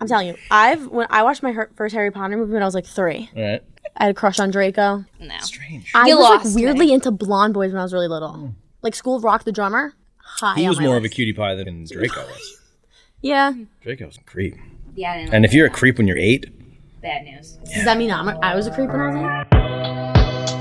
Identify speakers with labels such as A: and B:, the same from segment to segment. A: I'm telling you, I've when I watched my her- first Harry Potter movie when I was like three.
B: Right.
A: I had a crush on Draco.
C: No.
B: Strange.
A: I
C: You
A: was
C: lost
A: like weirdly into blonde boys when I was really little. Like School of Rock, the drummer. High
B: Mm. He
A: on
B: was
A: my
B: more of a
A: list.
B: cutie pie than Draco was.
A: Yeah.
B: Draco was a creep.
C: Yeah, I didn't
B: And if you're a creep when you're eight,
C: like bad news.
A: Does that mean I'm a, I was a creep when I was eight?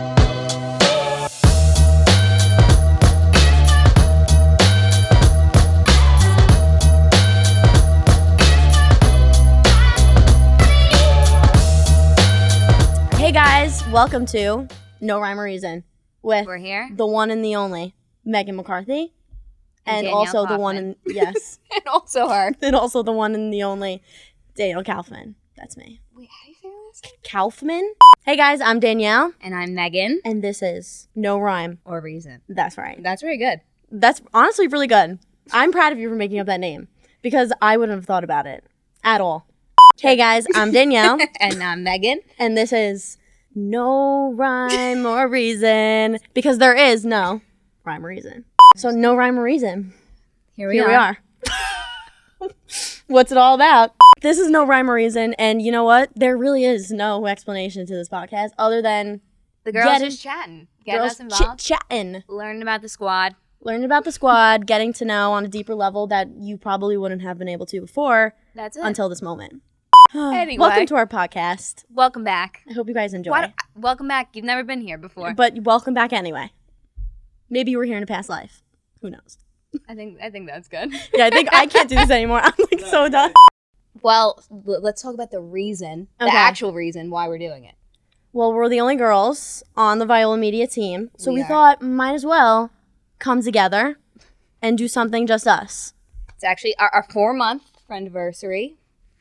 A: Hey guys, welcome to No Rhyme or Reason with
C: We're here.
A: the one and the only Megan McCarthy, and,
C: Danielle
A: also the one and
C: Kaufman.
A: yes,
C: and also her.
A: and also the one and the only Daniel Kaufman. That's me,
C: Wait, how do you say her last name?
A: Kaufman. Hey guys, I'm Danielle,
C: And I'm Megan.
A: and this is No Rhyme.
C: Or Reason.
A: That's right.
C: That's really good.
A: That's honestly really good. I'm proud of you for making up that name because I wouldn't have thought about it at all. Hey guys, I'm Danielle,
C: and I'm Megan.
A: and this is No Rhyme or Reason because there is no rhyme or reason. So, no rhyme or reason.
C: Here
A: Here we are. What's it all about? This is no rhyme or reason, and you know what? There really is no explanation to this podcast other than
C: The girls
A: Getting-
C: just chatting. Getting us
A: girls chit
C: involved.
A: chatting,
C: Learning about the squad.
A: learning about the squad, getting to know on a deeper level that you probably wouldn't have been able to before
C: That's it.
A: until this moment.
C: Anyway.
A: welcome to our podcast.
C: welcome back.
A: I hope you guys enjoy.
C: Why, welcome back. You've never been here before.
A: But welcome back anyway. Maybe you were here in a past life. Who knows?
C: I think I think that's good.
A: Yeah, I think I can't do this anymore. I'm like so done.
C: Well, l- let's talk about the reason, the
A: Okay.
C: actual reason why we're doing it.
A: Well, we're the only girls on the Viola Media team, so
C: We
A: we,
C: are.
A: thought might as well come together and do something just us.
C: It's actually our, our four month friendiversary.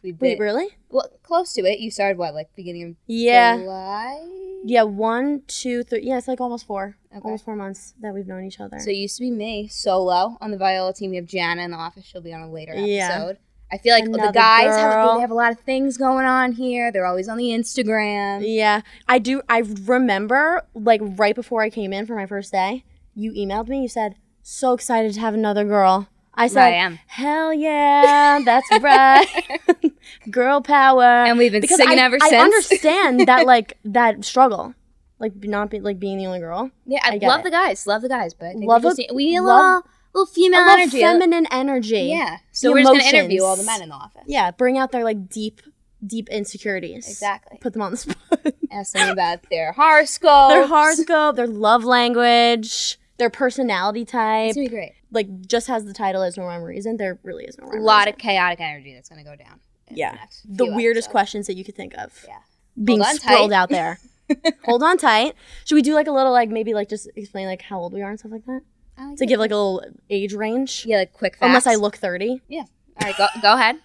C: We've
A: Wait,
C: been
A: really?
C: well close to it. You started what, like beginning of
A: Yeah.
C: July?
A: Yeah, one, two, three. Yeah, it's like almost four.
C: Okay.
A: Almost four months that we've known each other.
C: So it used to be me solo on the viola team. We have Jana in the office. She'll be on a later episode.
A: Yeah.
C: I feel like the
A: Another
C: guys have,
A: girl.
C: they have a lot of things going on here. They're always on the Instagram.
A: yeah, I do. I remember, like, right before I came in for my first day, you emailed me. You said, So excited to have another girl. I said,
C: I am.
A: Hell yeah, that's right. Girl power.
C: And we've been singing
A: I,
C: ever
A: I
C: since.
A: understand that like that struggle, like be- not be, like being the only girl.
C: Yeah, I,
A: I get
C: love
A: it.
C: the guys. Love the guys, but I think
A: Love
C: we, just
A: a-
C: need, we need a
A: love-
C: little, little female
A: I love
C: energy.
A: feminine energy.
C: yeah. So
A: the
C: we're just gonna
A: emotions.
C: interview all the men in the office.
A: yeah. Bring out their like deep, deep insecurities.
C: Exactly.
A: Put them on the spot.
C: Ask them about their horoscope.
A: their horoscope, their love language, their personality type.
C: It's gonna be great.
A: Like just has the title as no rhyme or reason. There really is no
C: A
A: rhyme. or
C: lot of
A: reason.
C: chaotic energy that's gonna go down. in
A: Yeah.
C: next
A: the
C: few
A: weirdest
C: episodes.
A: questions that you could think of.
C: Yeah.
A: Being
C: Hold on
A: swirled
C: tight.
A: out there. Hold on tight. Should we do like a little like maybe like just explain like how old we are and stuff like that
C: I like
A: to
C: it.
A: give like a little age range?
C: yeah, like quick facts.
A: Unless I look thirty.
C: All right, go, go ahead.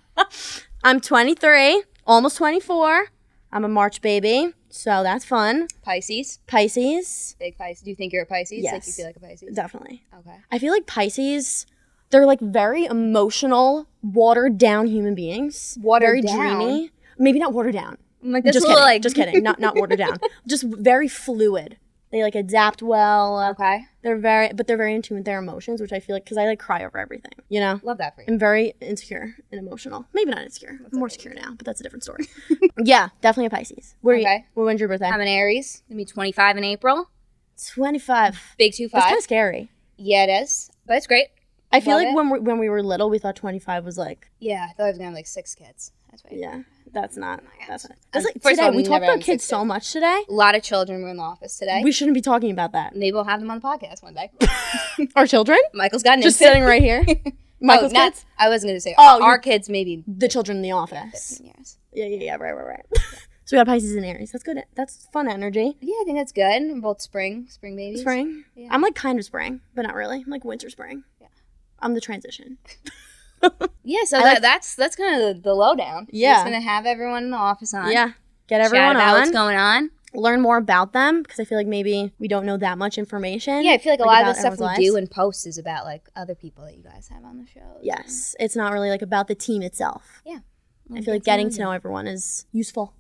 A: I'm 23, almost 24. I'm a March baby, so that's fun.
C: Pisces.
A: Pisces,
C: Big Pisces. Do you think you're a Pisces? Like you
A: Yes. Mm.
C: feel like a Pisces?
A: definitely.
C: Okay.
A: I feel like Pisces, they're like very emotional, watered down human beings.
C: Watered
A: very
C: down?
A: dreamy. Maybe not watered down.
C: I'm like, that's
A: just
C: a little
A: kidding.
C: like
A: Just kidding. Not not watered down. Just very fluid. They like adapt well.
C: Okay.
A: They're very, but they're very in tune with their emotions, which I feel like because I like cry over everything. You know.
C: Love that for you.
A: I'm very insecure and emotional. Maybe not insecure. I'm more secure now, but that's a different story. yeah, definitely a Pisces. Where are you?
C: Okay.
A: Well, when's your birthday?
C: I'm an Aries. Gonna be 25 in April.
A: 25.
C: Big two
A: That's
C: five.
A: kind of scary.
C: Yeah, it is. But it's great.
A: I feel
C: Love
A: like
C: it.
A: when we, when we were little, we thought 25 was like,
C: Yeah, I thought I was gonna have like six kids. That's why.
A: yeah, that's
C: Oh
A: not. that's not.
C: And
A: That's like
C: first of
A: today.
C: all,
A: we
C: we
A: talked
C: never
A: about
C: had
A: kids
C: six
A: so much today.
C: A lot of children were in the office today.
A: We shouldn't be talking about that.
C: Maybe we'll have them on the podcast one day.
A: Our children?
C: Michael's got an
A: Just
C: infant.
A: sitting right here. Michael's
C: oh, not-
A: kids?
C: I wasn't gonna say.
A: Oh,
C: Oh, our
A: you're-
C: kids maybe
A: The children in the office.
C: 15 years.
A: Yeah, yeah, yeah. Right, right, right. so we got Pisces and Aries. That's good. That's fun energy.
C: Yeah, I think that's good. I'm both spring, spring babies.
A: Spring.
C: Yeah.
A: I'm like kind of spring, but not really. I'm like winter spring. Yeah. I'm the transition.
C: Yeah, so
A: I
C: that,
A: like-
C: that's that's kind of the, the lowdown. We're
A: Yeah.
C: just gonna have everyone in the office on.
A: Yeah. Get
C: Chat
A: everyone
C: about what's
A: on.
C: going on.
A: learn more about them because I feel like maybe we don't know that much information.
C: Yeah, I feel like a lot of
A: about
C: the stuff we
A: everyone's
C: do
A: lives.
C: in posts is about like other people that you guys have on the show.
A: yes, it's not really like about the team itself.
C: Yeah.
A: I feel like getting to know everyone is useful.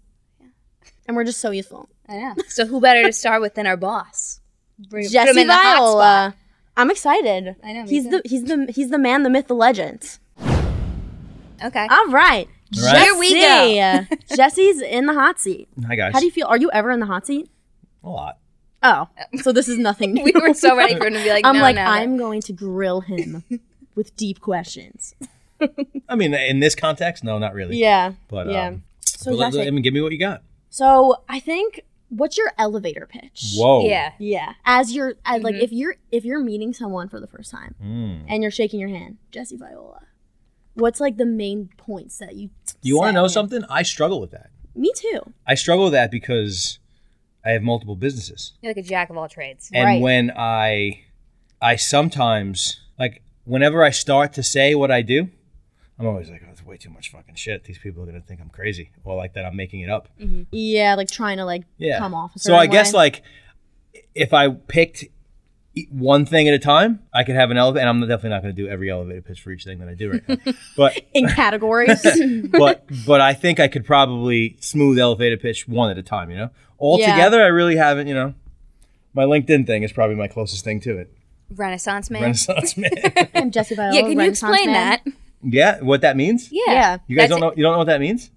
A: And we're just so useful.
C: I know. So who better to start with than our boss? Bring, put him
A: Jesse
C: in the hot spot.
A: Viola. I'm excited.
C: I know, me
A: He's
C: too.
A: the he's the he's the man, the myth, the legend.
C: Okay.
A: All right.
B: Right.
C: Here we go.
A: Jesse. Jesse's in the hot seat.
B: Hi guys.
A: How do you feel? Are you ever in the hot seat?
B: a lot.
A: Oh, so this is nothing.
C: We
A: new.
C: were so ready for him to be like,
A: I'm
C: no,
A: like,
C: no.
A: I'm going to grill him with deep questions.
B: I mean, in this context, no, not really.
A: Yeah.
B: But
A: yeah.
B: um,
A: so,
B: let-
A: Jesse,
B: let- I mean, give me what you got.
A: so I think what's your elevator pitch?
B: Whoa.
C: Yeah. Mm-hmm.
A: Yeah. As you're as, like if you're if you're meeting someone for the first time
B: Mm.
A: and you're shaking your hand, Jesse Viola. What's like the main points that you
B: You want to
A: said?
B: know something? I struggle with that.
A: Me too.
B: I struggle with that because I have multiple businesses.
C: You're like a jack of all trades.
B: and
A: Right.
B: when i i sometimes like whenever i start to say what i do i'm always like oh it's way too much fucking shit these people are gonna think i'm crazy or like that i'm making it up
A: Yeah, like trying to like
B: yeah
A: come off. a
B: so i
A: certain
B: guess
A: way.
B: like if i picked e- one thing at a time i could have an elevator and i'm definitely not gonna do every elevator pitch for each thing that i do right now but
A: in categories.
B: but but i think i could probably smooth elevator pitch one at a time you know all
A: Yeah.
B: together i really haven't you know my linkedin thing is probably my closest thing to it
C: Renaissance man.
B: renaissance man
A: I'm Jesse Viola.
C: yeah, can you
A: Renaissance
C: explain
A: man.
C: that?
B: Yeah, what that means?
C: Yeah.
A: Yeah.
B: You guys
C: That's
B: don't know Oh. you don't know what that means?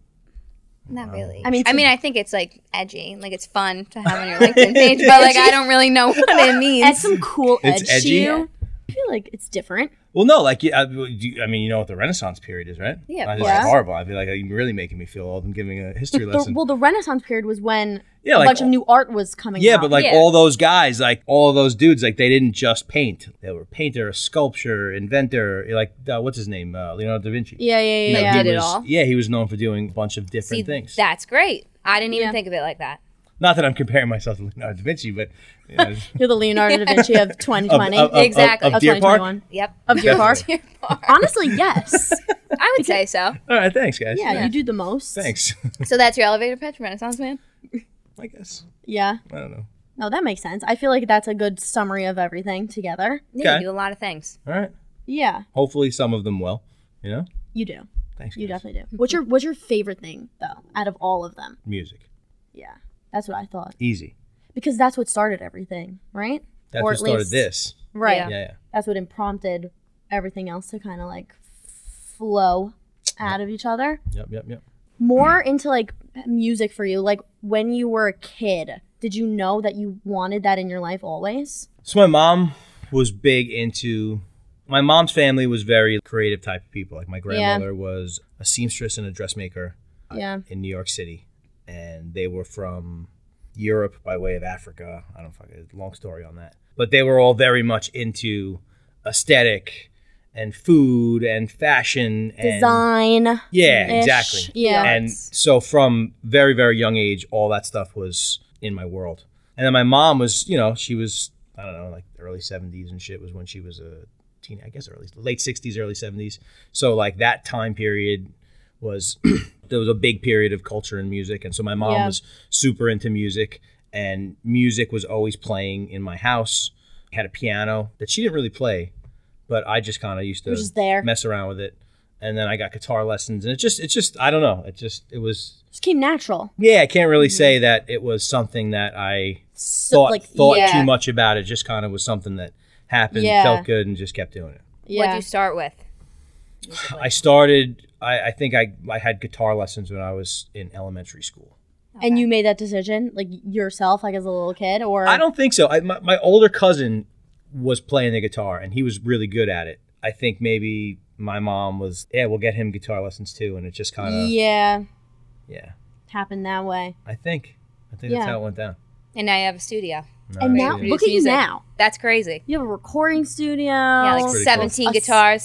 C: Not really.
A: I mean,
C: I
A: to-
C: mean, I think it's like edgy, like it's fun to have on your LinkedIn page, but like I don't really know what it
A: Add
C: means.
A: some cool
B: It's
A: edge
B: edgy.
A: to you. I feel like it's different.
B: Well, no, like you- I, you- I mean, you know what the Renaissance period is, right?
C: Yeah, of
B: That's
A: course.
B: horrible. I feel like you're really making me feel old. I'm giving a history
A: The,
B: lesson.
A: well, the Renaissance period was when
B: Yeah,
A: a
B: like-
A: bunch of new art was coming.
B: yeah,
A: out.
B: but like
C: Yeah.
B: all those guys, like all those dudes, like they didn't just paint. They were painter, sculpture, inventor. Like uh, what's his name, uh, Leonardo da Vinci.
A: yeah, yeah,
B: You
A: yeah.
B: know,
A: yeah.
B: he
C: did it
B: was-
C: all.
B: Yeah, he was known for doing a bunch of different
C: See,
B: things.
C: That's great. I didn't even
A: Yeah.
C: think of it like that.
B: Not that I'm comparing myself to Leonardo da Vinci, but you know,
A: You're the Leonardo da Vinci of 2020.
B: of- of-
C: Exactly.
B: of
A: Of
B: Deer Park.
A: 2021.
C: Yep.
A: Of your park.
B: Definitely.
A: Honestly, yes.
C: I would say so.
B: All right, thanks, guys.
A: Yeah, you do the most.
B: Thanks.
C: So that's your elevator pitch, Renaissance man.
B: I guess
A: Yeah.
B: I don't know.
A: No, that makes sense. I feel like that's a good summary of everything together.
C: Yeah,
B: Okay.
C: you do a lot of things.
B: All right.
A: Yeah,
B: Hopefully, some of them will. You know.
A: you do.
B: Thanks.
A: You
B: guys.
A: definitely do. What's your What's your favorite thing though, out of all of them?
B: music.
A: Yeah, that's what I thought
B: Easy.
A: because that's what started everything, right?
B: That's
A: Or
B: what
A: at
B: started
A: least-
B: this.
A: Right.
B: Yeah, yeah.
A: That's what prompted everything else to kind of like f- flow out of each other.
B: Yep, yep, yep.
A: More into like music for you. Like when you were a kid, did you know that you wanted that in your life always?
B: So my mom was big into my mom's family was very creative type of people. Like my grandmother was a seamstress and a dressmaker
A: Yeah.
B: in New York City and they were from Europe by way of Africa. I don't fucking long story on that. But they were all very much into aesthetic and food and fashion and
A: Design.
B: Yeah, exactly.
A: Yeah.
B: and
C: Arts.
B: so from very very young age all that stuff was in my world and then my mom was you know she was i don't know like early 70s and shit was when she was a teen i guess early late 60s early 70s so like that time period was there was a big period of culture and music and so my mom
A: Yeah.
B: was super into music and music was always playing in my house I had a piano that she didn't really play but i just kind of used to
A: It was just there.
B: mess around with it and then i got guitar lessons and it just it's just i don't know it just it was
A: Just came natural.
B: yeah i can't really say that it was something that i
A: Mm-hmm. So,
B: thought
A: like
B: thought
C: yeah.
B: too much about it just kind of was something that happened
A: Yeah.
B: felt good and just kept doing it
C: What'd
A: yeah.
C: you start with?
B: i started i, I think I, I had guitar lessons when i was in elementary school
A: And you made that decision like yourself, like as a little kid, or
B: I don't think so. I, my, my older cousin was playing the guitar and he was really good at it. I think maybe my mom was, yeah, we'll get him guitar lessons too. And it just kind of, yeah.
A: yeah, happened that way.
B: I think. I think
A: Yeah.
B: that's how it went down.
C: And now you have a studio.
A: and
B: Nice.
A: now
C: Produce
A: look at you
C: music.
A: now. Oh.
C: That's crazy.
A: You have a recording studio,
C: Yeah, like
B: pretty cool.
C: 17
A: A s-
C: guitars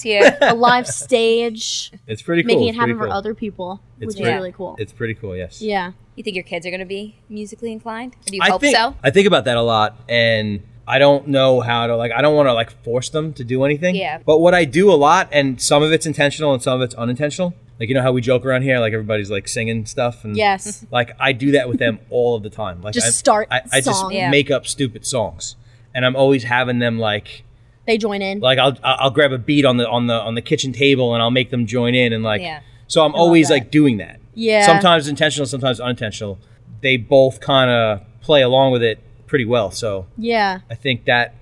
C: here.
A: a live stage,
B: it's pretty cool.
A: making it
B: It's
A: happen
B: pretty
A: for
B: cool.
A: other people,
B: It's
A: which
B: pretty-
A: is really cool.
B: It's pretty cool, yes.
A: yeah,
C: You think your kids are going to be musically inclined? Or do you
B: I
C: hope
B: think,
C: so?
B: I think about that a lot and I don't know how to like I don't want to like force them to do anything.
C: Yeah.
B: But what I do a lot and some of it's intentional and some of it's unintentional. Like you know how we joke around here like everybody's like singing stuff and
A: yes,
B: Like I do that with them all of the time. Like
A: Just
B: I,
A: start
B: I, I just
A: song.
C: Yeah.
B: make up stupid songs, and I'm always having them like
A: they join in.
B: like I'll I'll grab a beat on the on the on the kitchen table and I'll make them join in and like
C: Yeah.
B: so I'm always
A: that.
B: like doing that.
A: Yeah.
B: Sometimes intentional, sometimes unintentional. They both kind of play along with it pretty well. So
A: yeah,
B: I think that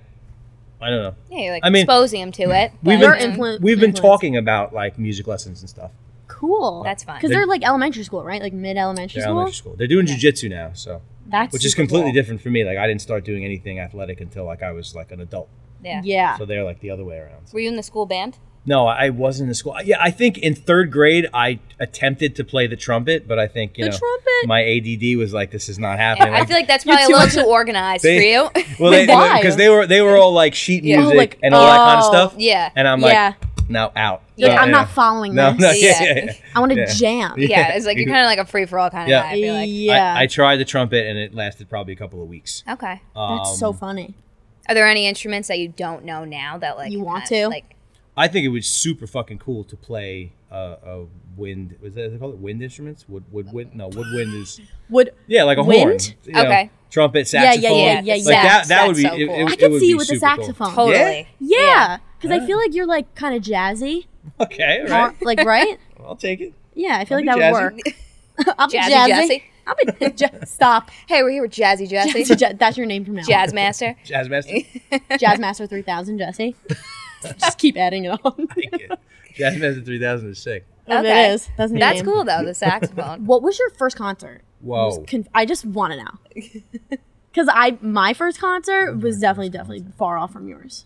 B: I don't know.
C: Yeah, you're like
B: I mean-
C: exposing them to it.
B: We've
A: Your
C: but-
B: been
A: influ-
B: we've been
A: influence.
B: talking about like music lessons and stuff.
A: cool.
C: That's fun.
A: Because they're like elementary school, right? Like mid elementary
B: They're
A: school.
B: elementary school. They're doing jujitsu now, so
A: That's
B: which is
A: super
B: completely
A: cool.
B: different for me. Like I didn't start doing anything athletic until like I was like an adult.
C: Yeah.
A: Yeah.
B: So they're like the other way around.
C: Were you in the school band?
B: No, I wasn't in school. Yeah, I think in third grade I attempted to play the trumpet, but I think you
A: The
B: know
A: trumpet?
B: my ADD was like this is not happening.
C: I feel like that's
A: You're
C: probably a
A: too
C: little
A: much-
C: too organized
B: They-
C: for you.
B: well,
A: Wait, why?
B: because they were they were all like sheet
C: Yeah. Oh,
B: music
A: like,
B: and all that kind of
A: oh,
B: stuff.
C: yeah.
B: and I'm
A: yeah.
B: like now out.
A: You're like,
B: Uh,
A: I'm not following
B: No,
A: this.
B: no, yeah,
C: Yeah.
B: yeah, yeah.
A: I want to
B: Yeah.
A: jam.
B: Yeah.
C: yeah, it's like you're kind of like a free for all kind of
B: Yeah.
C: guy. I feel like.
A: Yeah.
B: I, I tried the trumpet and it lasted probably a couple of weeks.
C: Okay.
A: That's
B: Um,
A: so funny.
C: Are there any instruments that you don't know now that like
A: You want
C: kinda,
A: to?
C: Like,
B: I think it was super fucking cool to play uh, a wind. Was that they call it wind instruments? Wood wood wind? No, woodwind is
A: Would
B: yeah, like a horn.
A: Wind?
B: you know,
C: Okay.
B: trumpet,
A: Yeah, yeah,
B: saxophone.
A: yeah, yeah,
B: Like
A: yeah.
B: that. That
C: Sax,
B: would be.
C: that's so
B: it-
C: cool.
B: it-
A: I
B: it
A: can
B: would
A: see
B: be
A: you with a
B: super cool.
A: saxophone?
C: totally.
A: Yeah, because I feel like you're like kind of jazzy,
B: Okay, all right.
A: like right?
B: I'll take it.
A: Yeah, I feel
B: I'll
A: like that
B: be
A: would
B: jazzy.
A: work. I'll be
C: Jazzy
A: jazzy.
C: Jesse.
A: I'll be ja- stop.
C: Hey, we're here with Jazzy Jesse,
A: Jazzy Ja- that's your name from now. on.
C: Jazz Master.
B: Jazz master.
A: Jazz Master three thousand, Jesse. Just keep adding it on.
B: Take it. Jazz master three thousand is sick.
A: And
C: Okay.
A: It is. That's, the
C: That's
A: name.
C: cool though. The saxophone.
A: What was your first concert? I
B: Whoa.
A: just conf- I just want to know. Because I my first concert was definitely definitely far off from yours,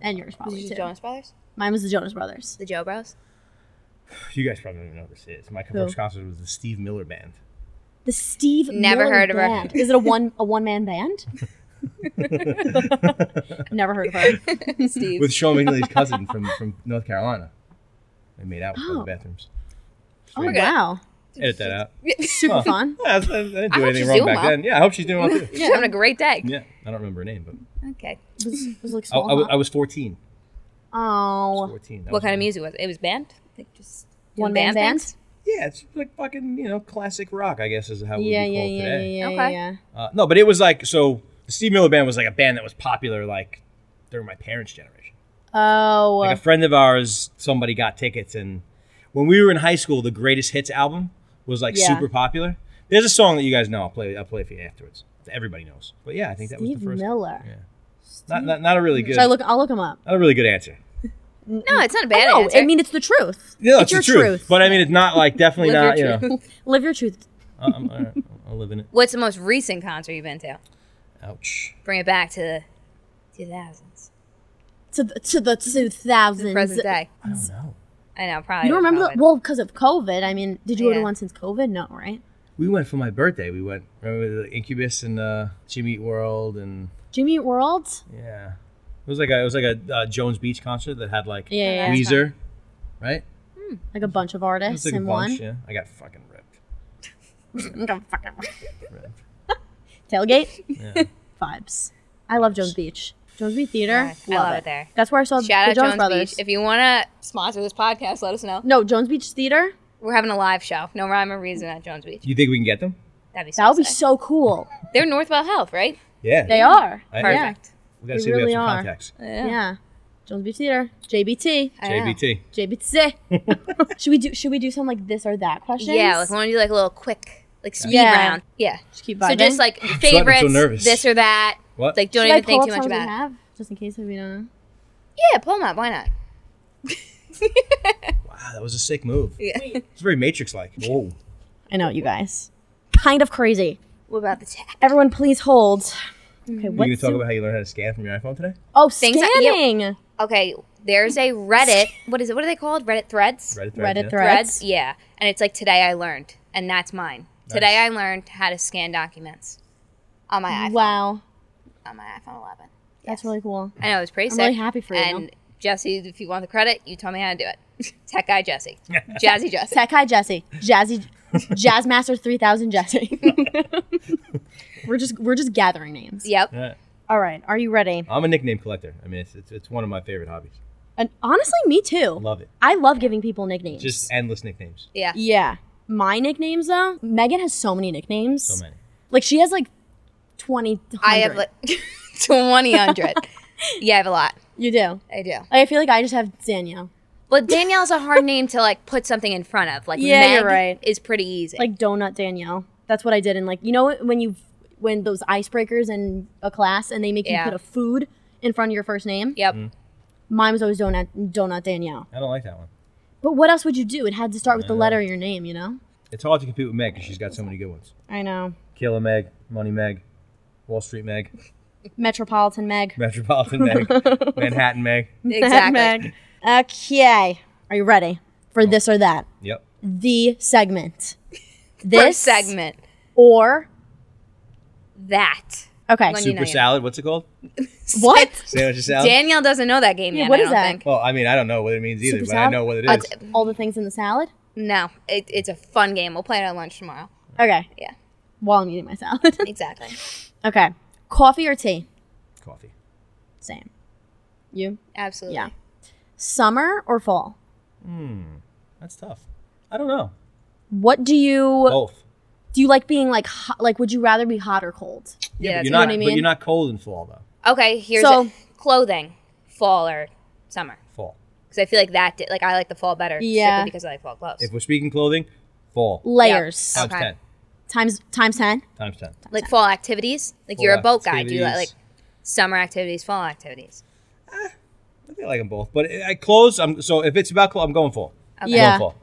A: and yours
C: Was
A: probably
C: it
A: too.
C: the Jonas Brothers?
A: Mine was the Jonas Brothers.
C: The Joe Bros?
B: You guys probably don't even know what this is. My
A: Who?
B: first concert was the Steve Miller Band.
A: The Steve
C: Never
A: Miller
C: heard of her.
A: Band. Is it a one a one man band? Never heard of her.
C: Steve.
B: with Sean McNally's cousin from, from North Carolina. They made out before
A: Oh.
B: the bathrooms.
A: Oh
B: We're
C: good.
A: wow,
B: Edit that out.
A: super
B: Huh.
A: fun.
B: Yeah, I, I didn't
C: I
B: do
C: hope
B: anything
C: she's
B: wrong
C: doing
B: back
C: well.
B: then. Yeah, I hope she's doing well too.
C: She's having a great day.
B: Yeah, I don't remember her name, but
C: Okay.
A: It was, it was like
B: Oh, I,
A: small.
B: I, was-
A: huh?
B: I was 14. I was
A: oh,
B: 14. That
C: What
B: was
C: kind of
B: my-
C: music was it? It was band? Like just doing
A: One man band?
C: things?
B: Yeah, it's like fucking, you know, classic rock, I guess is how we
A: yeah,
B: would
A: yeah,
B: call it
A: yeah, yeah,
B: today.
A: yeah,
C: Okay.
A: yeah.
B: Uh, no, but it was like, so the Steve Miller Band was like a band that was popular like during my parents' generation.
A: Oh,
B: Like a friend of ours, somebody got tickets, and when we were in high school, the Greatest Hits album was like
A: Yeah.
B: super popular. There's a song that you guys know. I'll play. I'll play for you afterwards. That Everybody knows. But yeah, I think that was
A: Steve
B: the first.
A: Miller.
B: Yeah. Not, not, not a really good.
A: Should I look? I'll look him up.
B: not a really good answer.
C: No, it's not a bad
A: no,
C: answer.
A: I mean it's the truth.
B: Yeah, it's,
A: it's your
B: the truth. But I mean, it's not like definitely not.
C: Live
B: You
C: your
B: know,
A: Live your truth.
B: I- I'm, all right, I'll live in it.
C: What's the most recent concert you've been to?
B: Ouch.
C: Bring it back to the 2000s.
A: To the, to the two thousands.
C: Present day.
B: I don't know.
C: I know, probably.
A: You don't remember? The,
C: probably.
A: well, because of COVID. I mean, did you go to
C: Yeah.
A: one since COVID? No, right?
B: We went for my birthday. We went. Remember the Incubus and uh, Jimmy Eat World and
A: Jimmy Eat World.
B: yeah. It was like a it was like a uh, Jones Beach concert that had like
A: Yeah, yeah, yeah.
C: That's
B: Weezer, right?
A: like a bunch of artists
B: It's like a
A: in one.
B: bunch, yeah. I got fucking ripped.
A: I'm gonna fucking
B: ripped.
A: tailgate
B: Yeah.
A: vibes. I love Jones Beach. Jones Beach Theater.
C: Yeah, I love it there.
A: That's where I saw
C: Shout
A: the
C: out
A: Jones,
C: Jones
A: Brothers.
C: Beach. If you want to sponsor this podcast, let us know.
A: no, Jones Beach Theater.
C: We're having a live show. No rhyme or reason at Jones Beach.
B: you think we can get them?
C: That'd be so
A: That would be
C: sick.
A: so cool.
C: They're Northwell Health, right?
B: Yeah.
A: They are.
B: I-
A: Yeah.
C: Perfect.
B: we gotta
A: They
B: see
A: really
B: if we have some
A: are.
B: contacts.
A: yeah. Jones Beach Theater. JBT.
C: I know.
B: JBT.
A: JBT. should we do should we do some like this or that questions?
C: Yeah, like want to do like a little quick, like speed
A: Yeah.
C: round. Yeah.
A: Just keep
C: So
A: vibing.
C: just like
B: so
C: favorites,
B: nervous.
C: this or that.
B: What?
C: Like don't
A: Should I
C: even think
A: pull
C: too
A: up
C: much
A: some we
C: about it.
A: have? Just in case if we don't know.
C: Yeah, pull them up. Why not?
B: wow, that was a sick move.
C: Yeah.
B: It's very Matrix like. Whoa.
A: I know you guys. Kind of crazy.
C: What about the tech?
A: Everyone please hold. Okay,
B: You gonna
A: what's
B: talk
A: the-
B: about how you learned how to scan from your iPhone today?
A: Oh,
C: Mm. Things that- yeah.
A: scanning.
C: Okay, there's a Reddit. what is it? What are they called? Reddit threads.
B: Reddit thread.
A: Reddit
B: yeah?
A: threads.
C: Yeah, and it's like today I learned, and that's mine. Today I learned how to scan documents on my iPhone.
A: Wow.
C: On my iPhone 11.
A: That's
C: Yes.
A: really cool.
C: I know it was pretty.
A: I'm
C: sick.
A: really happy for you.
C: And Jesse, if you want the credit, you told me how to do it. Tech guy Jesse, Jazzy Jesse.
A: Tech High Jesse, Jazzy, Jazzmaster Three Thousand Jesse. we're just we're just gathering names.
C: Yep.
B: Yeah.
A: All right, are you ready?
B: I'm a nickname collector. I mean, it's, it's it's one of my favorite hobbies.
A: And honestly, me too.
B: Love it.
A: I love giving people nicknames.
B: Just endless nicknames.
C: Yeah.
A: yeah. My nicknames though, Megan has so many nicknames.
B: So many.
A: Like she has like twenty.
C: I have
A: 100.
C: like twenty hundred. yeah, I have a lot.
A: you do.
C: I do.
A: Like, I feel like I just have Danielle.
C: Well, Danielle's a hard name to like put something in front of. Like
A: Yeah,
C: Meg
A: you're right.
C: is pretty easy.
A: like donut Danielle. That's what I did in like you know when you when those icebreakers in a class and they make
C: Yeah.
A: you put a food in front of your first name.
B: Mm.
C: yep.
A: Mine was always donut donut Danielle
B: I don't like that one.
A: But what else would you do? It had to start with the letter of your name, you know?
B: It's hard to compete with Meg because she's got so many good ones.
A: I know.
B: Killer Meg, Money Meg, Wall Street Meg,
A: Metropolitan Meg.
B: Metropolitan Meg, Manhattan Meg.
C: Exactly.
A: Meg. Okay. Are you ready for this or that?
B: Yep.
A: The segment. This
C: First segment.
A: or
C: That.
A: okay.
C: When you-
B: Super
C: know.
B: salad. What's it called?
A: What?
B: Sandwich and salad.
C: Danielle doesn't know that game
A: Yeah,
C: yet.
A: what
C: I
A: is
C: don't
A: that?
C: Think.
B: well, I mean, I don't know what it means either,
A: Super
B: but I
A: salad?
B: know what it
A: Uh,
B: is.
A: all the things in the salad.
C: No, it, it's a fun game. We'll play it at lunch tomorrow.
A: Okay.
C: Yeah.
A: While I'm eating my salad.
C: Exactly.
A: okay. Coffee or tea?
B: Coffee.
A: Same. You?
C: Absolutely.
A: Yeah. Summer or fall?
B: That's tough. I don't know.
A: What do you
B: Both.
A: do? You like being like hot, like? Would you rather be hot or cold?
C: Yeah,
B: but
C: that's
B: you're
C: what
B: not.
A: I
B: But
A: mean.
B: you're not cold in fall though.
C: Okay, here's
A: So-
C: a- clothing, fall or summer.
B: Fall.
C: Because I feel like that, di- like I like the fall better. strictly
A: Yeah.
C: Because I like fall clothes.
B: If we're speaking clothing, fall
A: Layers
B: times
C: Okay.
B: ten.
A: times times ten.
B: Times ten.
C: like fall activities. Like you're a
B: Fall
C: boat guy. Do you like, like
B: activities.
C: summer activities, fall activities?
B: I think I like them both. But I clothes. I'm so if it's about clothes, I'm going fall. I'm
A: Yeah.
B: Going fall.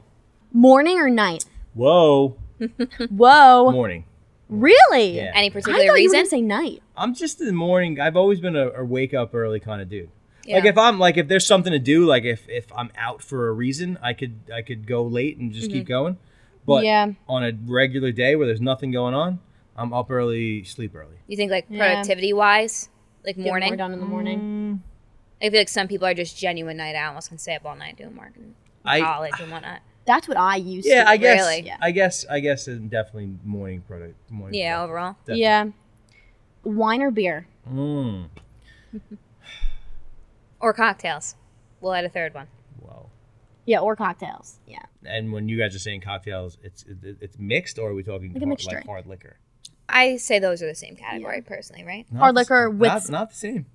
A: Morning or night?
B: Whoa.
A: Whoa!
B: Morning.
A: Really?
B: Yeah.
C: Any
A: I thought
C: particular
A: you were
C: reason?
A: gonna say night.
B: I'm just in the morning. I've always been a, a wake up early kind of dude. Like
C: Yeah.
B: if I'm like if there's something to do, like if if I'm out for a reason, I could I could go late and just keep going. But
A: Mm-hmm. Yeah.
B: on a regular day where there's nothing going on, I'm up early, sleep early.
C: you think like
A: Yeah.
C: productivity wise, like
A: Get more
C: morning.
A: done in the morning.
B: Mm,
C: I feel like some people are just genuine night owls can stay up all night doing work and
B: I-
C: college and whatnot.
A: That's what I used.
B: Yeah,
A: to.
B: I guess.
C: Really?
A: Yeah.
B: I guess. I guess. i definitely morning product. Morning
C: Yeah, overall.
A: do.
B: Definitely.
A: Yeah. Wine or beer?
B: Mm.
C: Or cocktails. We'll add a third one.
B: Wow.
A: Yeah, or cocktails. Yeah.
B: And when you guys are saying cocktails, it's it, it's mixed, or are we talking
A: Like a
B: hard,
A: mixed
B: like
A: drink.
B: hard liquor?
C: I say those are the same category personally, right?
B: Not
A: Hard
B: the s-
A: liquor with-
B: not, not the same.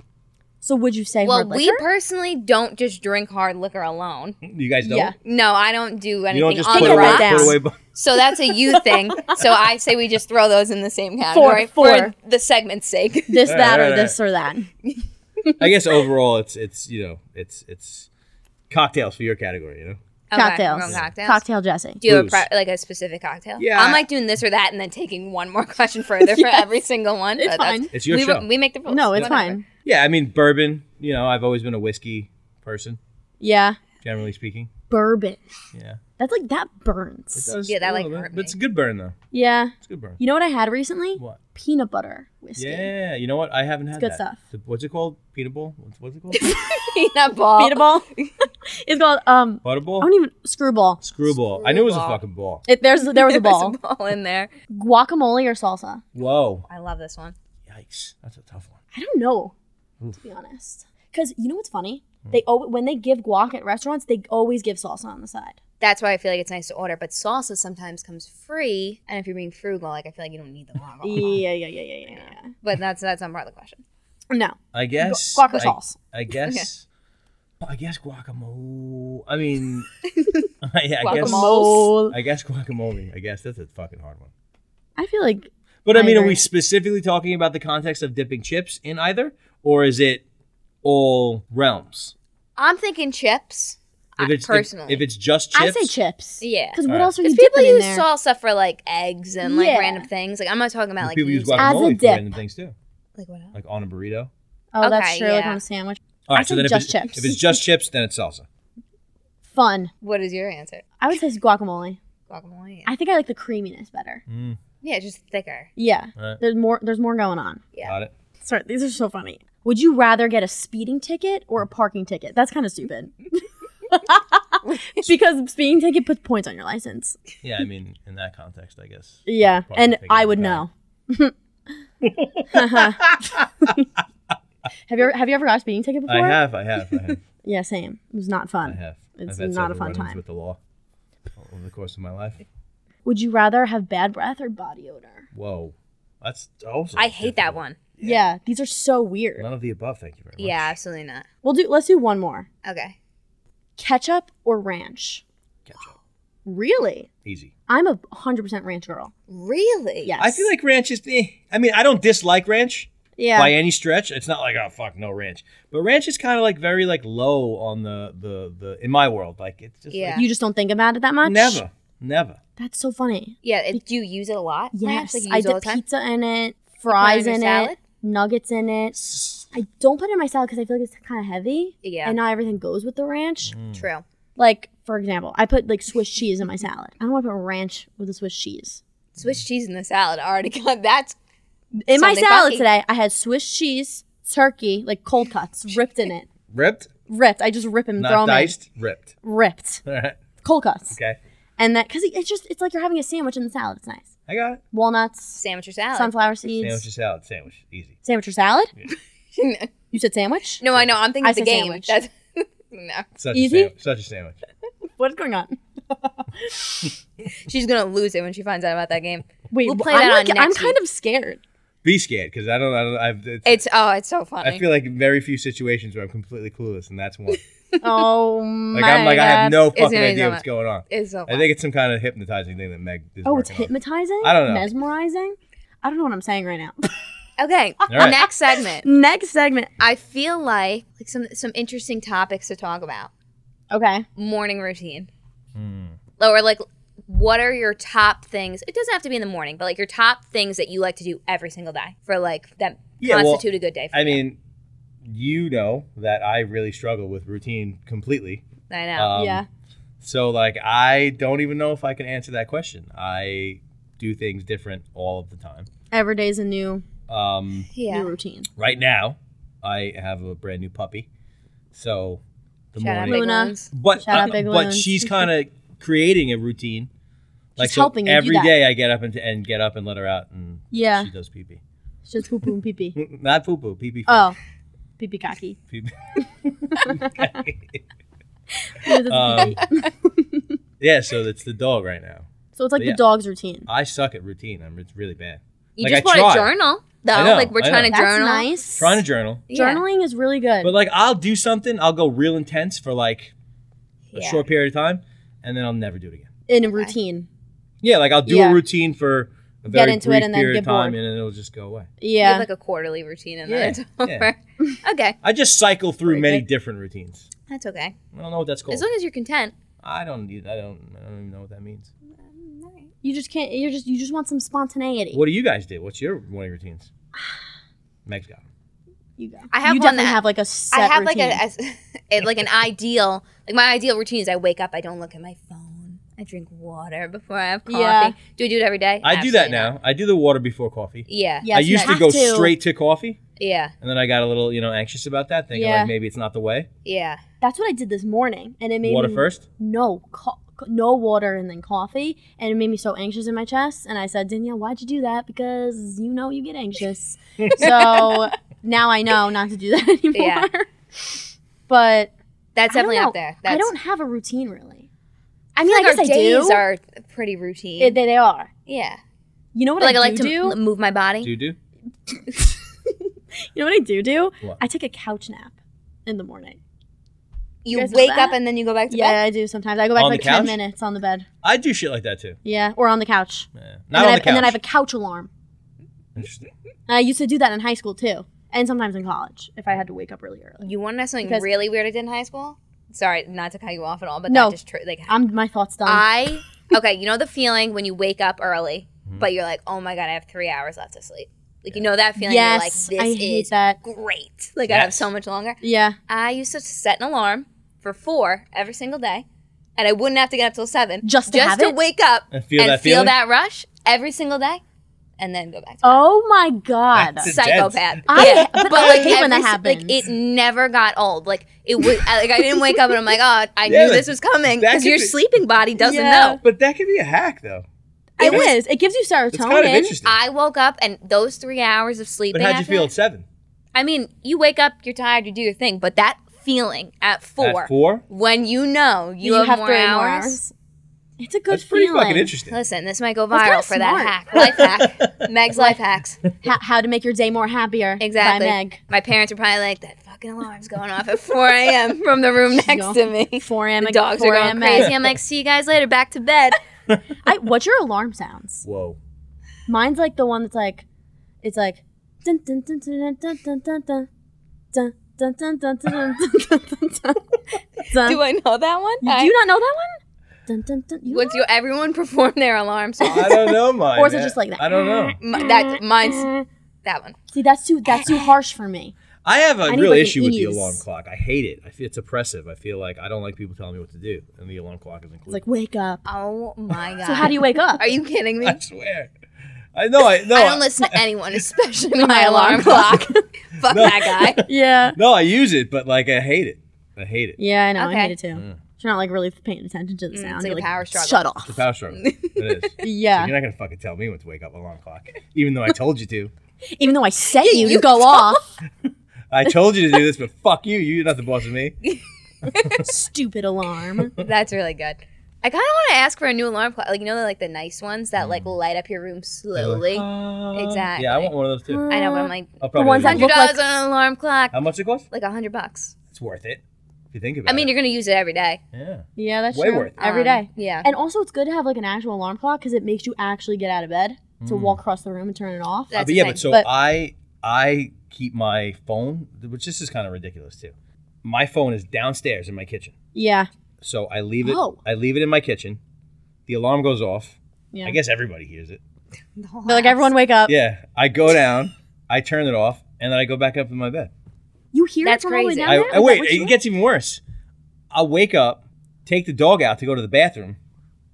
A: So would you say
C: Well,
A: hard
C: we
A: liquor?
C: personally don't just drink hard liquor alone.
B: You guys don't.
A: Yeah.
C: No, I don't do anything
B: You don't just
C: on
A: Take
B: put
C: the
A: it
B: away,
A: right
C: rocks.
A: down.
B: put away. bu-
C: So that's a you thing. So I say we just throw those in the same category
A: four.
C: for the segment's sake.
A: this,
B: All right,
A: that,
B: all
A: or
B: right,
A: this, or that.
B: I guess overall, it's it's you know it's it's cocktails for your category. You know.
C: Okay, we're
A: Cocktails.
C: going cocktails.
A: Cocktail Jesse.
C: Do you have a
B: Booze.
C: pre- like a specific cocktail?
B: Yeah,
C: I'm
B: I-
C: like doing this or that, and then taking one more question further for every single one.
A: It's
C: but that's-
A: fine.
B: It's your
C: we,
B: show.
C: We make the rules.
A: No, it's
C: Whatever.
A: fine.
B: Yeah, I mean bourbon. You know, I've always been a whiskey person,
A: Yeah.
B: generally speaking.
A: Bourbon.
B: Yeah.
A: That's like that burns.
B: Does
C: Yeah, that,
B: a
C: like,
B: little bit,
C: hurt
B: But
C: me.
B: it's a good burn though.
A: Yeah.
B: It's a good burn.
A: You know what I had recently?
B: What?
A: Peanut butter whiskey.
B: Yeah, you know what? I haven't had
A: good
B: that.
A: stuff.
B: The- what's it called? Peanut bowl? What's, what's it called?
C: Peanut ball.
A: Beatable. it's called um I
B: Butterball?
A: don't even screwball.
B: Screwball. I knew it was a
C: Screwball.
B: fucking ball.
A: It, there's there was a
C: There's
A: ball.
C: a ball in there.
A: Guacamole or salsa?
B: Whoa.
C: I love this one.
B: Yikes. That's a tough one.
A: I don't know,
B: Oof. Hmm.
A: to be honest. Because you know what's funny? They al- when they give guac at restaurants, they always give salsa on the side.
C: That's why I feel like it's nice to order. But salsa sometimes comes free, and if you're being frugal, like I feel like you don't need
B: Oh.
C: the long.
A: Yeah, yeah, yeah, yeah, yeah. yeah.
C: But that's that's not part of the question.
A: No,
B: I guess.
A: guac or
B: I-
A: sauce.
B: I, guess. I guess guacamole. I mean, yeah, I guess.
C: Guacamole.
A: Guacamole.
B: I guess guacamole. I guess that's a fucking hard one.
A: I feel like
B: But I,
A: I
B: mean, are
A: agree.
B: we specifically talking about the context of dipping chips in either, or is it all realms?
C: I'm thinking chips. I-
B: it's
C: personally,
B: if, it's just chips,
A: I say chips.
C: Yeah.
A: Because what
B: Alright.
A: else are you
C: Because people
A: dipping in
C: use
A: there?
C: salsa for like eggs and like
A: Yeah.
C: random things. Like I'm not talking about like
B: people use
C: using-
A: As a
B: guacamole for
A: dip.
B: random things too,
C: like what else?
B: like on a burrito.
A: oh, that's
C: Okay,
A: true. Like
C: yeah.
A: on a sandwich.
B: All
A: I
B: right, so
A: said
B: then
A: just
B: if it's,
A: chips.
B: if it's just chips, then it's salsa.
A: Fun.
C: What is your answer?
A: I would say it's guacamole.
C: Guacamole.
A: I think I like the creaminess better.
B: Mm,
C: yeah, just thicker.
A: Yeah.
B: Alright.
A: There's more. There's more going on.
C: Yeah.
B: Got it.
A: Sorry, these are so funny. Would you rather get a speeding ticket or a parking ticket? That's kind of stupid. because speeding ticket puts points on your license.
B: Yeah, I mean, in that context, I guess.
A: Yeah,
B: Parking
A: and
B: ticket
A: I
B: is
A: would
B: bad.
A: know. have you ever have you ever got a speeding ticket
B: I
A: before?
B: have, I have, I have,
A: Yeah, same. It was not
B: I
A: fun.
B: have.
A: It's
B: I've had
A: not a
B: several
A: fun
B: run-ins
A: time.
B: with the law over the course of my life.
A: Would you rather have bad breath or body odor?
B: Whoa, that's also.
C: I hate that
B: difficult.
C: one.
A: Yeah, these are so weird.
B: None of the above. Thank you very much.
C: Yeah, absolutely not.
A: We'll do. Let's do one more.
C: Okay.
A: Ketchup or ranch?
B: Ketchup.
A: Really?
B: Easy.
A: I'm a hundred percent ranch girl.
C: Really?
A: Yes.
B: I feel like ranch is. Eh. I mean, I don't dislike ranch.
A: Yeah.
B: by any stretch. It's not like oh fuck no ranch, but ranch is kind of like very like low on the the the in my world. Like it's just
C: Yeah.
A: you just don't think about it that much.
B: like, never never.
A: That's so funny.
C: Yeah, it, do you use it a lot?
A: Yes,
C: Ranch? Like you
A: I
C: use it all
A: dip
C: the time?
A: pizza in it, fries
C: your
A: in
C: salad?
A: it, nuggets in it. I don't put it in my salad because I feel like it's kind of heavy.
C: Yeah.
A: and not everything goes with the ranch.
B: Mm.
C: True.
A: Like for example, I put like Swiss cheese in my salad. I don't want to put ranch with the Swiss cheese
B: Mm.
C: Swiss cheese in the salad already got that's
A: in my
C: Something
A: salad
C: funky.
A: today. I had Swiss cheese, turkey, like cold cuts, ripped in it.
B: Ripped,
A: Ripped. I just rip 'em and
B: not
A: throw 'em
B: diced, ripped.
A: in. Ripped.
B: All right,
A: Cold cuts.
B: okay,
A: And that, because it's just, it's like you're having a sandwich in the salad. It's nice.
B: I got it.
A: Walnuts,
C: sandwich or salad.
A: sunflower seeds,
B: Sandwich or
A: sandwich,
B: salad, sandwich, easy.
A: or salad. You said sandwich?
C: no, I know. I'm thinking
A: I
C: it's a
A: said
C: game.
A: sandwich.
C: That's, no,
B: Such
A: Easy?
B: a sandwich. Such a sandwich.
A: What's going on?
C: she's gonna lose it when she finds out about that game.
A: Wait,
C: We'll
A: wh-
C: play
A: I'm,
C: that on
A: like, I'm
C: next
A: kind of scared.
B: Be scared because I don't. I don't. I've, it's,
C: It's oh, it's so funny.
B: I feel like very few situations where I'm completely clueless, and that's one.
A: Oh my
B: Like I'm like I have
A: God.
B: no
C: It's
B: fucking
C: amazing
B: idea
C: how
B: what's
C: much-
B: going on.
C: it's so
B: I
C: funny.
B: think it's some kind of hypnotizing thing that Meg is.
A: Oh, it's
B: working on.
A: hypnotizing?
B: I don't know.
A: Mesmerizing? I don't know what I'm saying right now.
C: okay,
B: right.
C: next segment.
A: Next segment.
C: I feel like like some some interesting topics to talk about.
A: Okay.
C: Morning routine,
B: Hmm.
C: or like what are your top things? It doesn't have to be in the morning, but like your top things that you like to do every single day for like that
B: Yeah, well,
C: constitute a good day. For
B: I
C: you.
B: mean, you know that I really struggle with routine completely.
C: I know.
B: Um,
A: yeah.
B: So like I don't even know if I can answer that question. I do things different all of the time.
A: Every day's a new,
B: Um,
C: yeah.
A: new routine.
B: right now, I have a brand new puppy, so the
C: Shout out
B: morning.
C: Big
A: Luna.
C: Loons.
B: but
A: Shout out
B: uh,
A: Big
B: but
A: Loons.
B: she's kind of creating a routine. Like
A: She's
B: so
A: helping you do
B: every
A: that.
B: day I get up and, and get up and let her out, and
A: Yeah.
B: she does pee pee.
A: It's just poo poo and pee pee.
B: Not poo poo, pee pee.
A: Oh, pee pee cocky.
B: Pee pee.
A: It was a
B: Um, yeah, so it's the dog right now.
A: So it's like
B: Yeah.
A: the dog's routine.
B: I suck at routine. I'm, it's really bad.
C: You
B: Like,
C: just
B: I try.
C: want to journal, though.
B: I know,
C: like we're
B: I
C: trying
B: know.
C: to
A: That's
C: journal.
A: nice.
B: Trying to journal,
C: Yeah.
A: Journaling is really good.
B: but like I'll do something. I'll go real intense for like a
C: Yeah.
B: short period of time, and then I'll never do it again.
A: in a routine.
B: Yeah, like I'll do
A: Yeah.
B: a routine for a very
A: into it
B: brief
A: and then
B: period
A: get
B: of time,
A: bored.
B: and then it'll just go away.
C: You
A: Yeah.
C: have like a quarterly routine and
B: Yeah,
C: then it's over. okay.
B: I just cycle through
C: Pretty
B: many
C: good.
B: different routines.
C: That's okay.
B: I don't know what that's called.
C: As long as you're content.
B: I don't. need- I don't. I don't even know what that means.
A: you just can't. You just you just want some spontaneity.
B: What do you guys do? What's your morning routines? Meg's got. 'em.
A: You go.
C: I have
A: you
C: one
A: definitely
C: that-
A: have like a set
C: I have
A: routine.
C: like a, as it- like an ideal like my ideal routine is I wake up, I don't look at my phone. I drink water before I have coffee.
A: Yeah.
C: Do I do it every day?
B: I do that
C: Absolutely
B: now.
C: not.
B: I do the water before coffee.
C: Yeah.
A: Yes,
B: I
A: you
B: used to
A: have
B: go straight to coffee.
C: Yeah.
B: And then I got a little, you know, anxious about that, thinking
A: Yeah.
B: like maybe it's not the way.
C: Yeah.
A: That's what I did this morning, and it made
B: Water
A: me,
B: first.
A: No, co- co- no water and then coffee, and it made me so anxious in my chest. And I said, Danielle, why'd you do that? Because you know you get anxious. so now I know not to do that anymore.
C: Yeah.
A: But
C: That's
A: I don't
C: definitely
A: know.
C: up there. That's,
A: I don't have a routine really. I mean, I,
C: like
A: guess
C: our
A: I
C: days
A: do.
C: are pretty routine.
A: It- they, they are.
C: yeah.
A: You know what
C: But like I
A: I,
C: like
A: do
C: to
A: do?
C: m- move my body.
B: Do you do?
A: You know what I do do?
B: What?
A: I take a couch nap in the morning.
C: you
A: guys know
C: wake up
A: that?
C: and then you go back to
A: Yeah,
C: bed.
A: I do sometimes. I go back
B: On
A: for like
B: the
A: ten
B: couch?
A: minutes on the bed.
B: I do shit like that too.
A: Yeah, or on the couch.
B: Yeah.
A: and,
B: Not
A: then
B: on
A: I,
B: the couch.
A: and then I have a couch alarm.
B: Interesting.
A: And I used to do that in high school too, and sometimes in college if I had to wake up really early.
C: You want to know something
A: Because-
C: really weird I did in high school? Sorry, not to cut you off at all, but
A: No.
C: that just tr- like
A: I'm my thoughts
B: Um,
A: done.
C: I okay, you know the feeling when you wake up early,
B: Mm-hmm.
C: but you're like, oh my god, I have three hours left to sleep. Like you know that feeling.
A: yes,
C: you're like,
A: I
C: this
A: hate
C: is
A: that.
C: great. Like I have
B: Yes.
C: so much longer.
A: Yeah,
C: I used to set an alarm for four every single day, and I wouldn't have to get up till seven
A: Just to have it?
C: wake up
B: And feel that feeling?
C: that rush every single day, and then go back. to
A: Oh my god.
B: That's It's intense.
C: psychopath.
A: I- but I hate when
C: every
A: that
C: si- Like
A: happens.
C: it never got old. Like it was I- like I didn't wake up and I'm like, oh, I
B: Yeah,
C: knew
B: like,
C: this was coming
B: that
C: because
B: could
C: your
B: be-
C: sleeping body doesn't
A: Yeah.
C: know.
B: But that could be a hack though.
A: It
B: That's-
A: is. It gives you serotonin.
B: It's kind of interesting.
C: I woke up and those three hours of sleeping.
B: but how'd you
C: after
B: feel at
C: that-
B: seven?
C: I mean, you wake up, you're tired, you do your thing, but that feeling at four,
B: At four?
C: when you know you, have, more,
A: three
C: hours,
A: more hours. It's a good
B: That's pretty
A: feeling.
B: fucking interesting.
C: Listen, this might go
A: That's kinda
C: viral for that
A: smart.
C: hack, life hack, Meg's life hacks.
A: Ho- how to make your day more happier.
C: Exactly.
A: By Meg.
C: My parents are probably like, "That fucking alarm's going off at 4 a.m. from the room next to me."
A: 4 a.m.
C: The dogs are
A: 4
C: going
A: a.m.
C: crazy. I'm like, "See you guys later. Back to bed."
A: I, what's your alarm sounds?
B: Whoa.
A: Mine's like the one that's like, it's like, Dun, dun, dun, dun, dun, dun, dun, dun, dun. Dun, dun, dun, dun, dun, dun, dun, dun, dun.
C: Do I know that one?
A: You
C: I-
A: do not know that one? Dun, dun, dun. You
C: What do everyone perform their alarm song?
B: I don't know mine.
A: Or is it just like that?
B: I don't know.
C: M- that mine's that one.
A: See, that's too that's too harsh for me.
B: I have a
A: I need,
B: real
A: like, an
B: issue with the
A: ease.
B: alarm clock. I hate it. I feel it's oppressive. I feel like I don't like people telling me what to do, and the alarm clock is included.
A: It's like wake up.
C: Oh my god!
A: So how do you wake up?
C: Are you kidding me?
B: I swear. I know. I no.
C: I don't
B: I-
C: listen to anyone, especially my, alarm clock. Fuck
B: No.
C: that guy.
A: Yeah.
B: no, I use it, but like I hate it. I hate it.
A: Yeah, I know. I
C: Okay.
A: hate it too.
B: Mm.
A: You're not like really paying attention to the sound.
C: it's like
A: You're
C: a power struggle.
A: Shut
B: The
A: off.
B: power struggle. it is.
A: Yeah.
B: You're not gonna fucking tell me when to wake up alarm clock, even though I told you to.
A: Even though I said you,
C: you
A: to go off.
B: I told you to do this, but fuck you. You're not the boss of me.
A: Stupid alarm.
C: That's really good. I kind of want to ask for a new alarm clock, like you know, like the nice ones that like
B: Mm.
C: light up your room slowly.
B: Uh,
C: Exactly.
B: Yeah, I want one of those too.
C: I know, but I'm like
B: I'll probably
A: ones that
B: use it.
C: hundred
A: look
C: dollars
A: like-
C: on an alarm clock,
B: How much it costs?
C: like a hundred bucks.
B: It's worth it. If you think about
C: I mean,
B: it.
C: you're gonna use it every day.
B: yeah.
A: Yeah, that's
B: Way
A: true.
B: worth it.
A: Every
C: Um,
A: day.
C: Yeah.
A: And also, it's good to have like an actual alarm clock because it makes you actually get out of bed
B: Mm.
A: to walk across the room and turn it off.
C: That's
B: Uh, but
C: the
B: yeah,
C: thing.
B: but so
A: But-
B: I I keep my phone, which this is kind of ridiculous too. My phone is downstairs in my kitchen,
A: yeah.
B: so I leave it.
A: Oh.
B: I leave it in my kitchen. The alarm goes off.
A: Yeah. Uh,
B: I guess everybody hears it.
A: But like everyone wake up.
B: Yeah, I go down, I turn it off, and then I go back up in my bed.
A: You hear
C: That's
A: it from all the way
C: crazy.
A: down
B: I,
A: there?
B: I
A: Is
B: wait.
A: Oh, that what you-
B: It gets even worse. I wake up, take the dog out to go to the bathroom,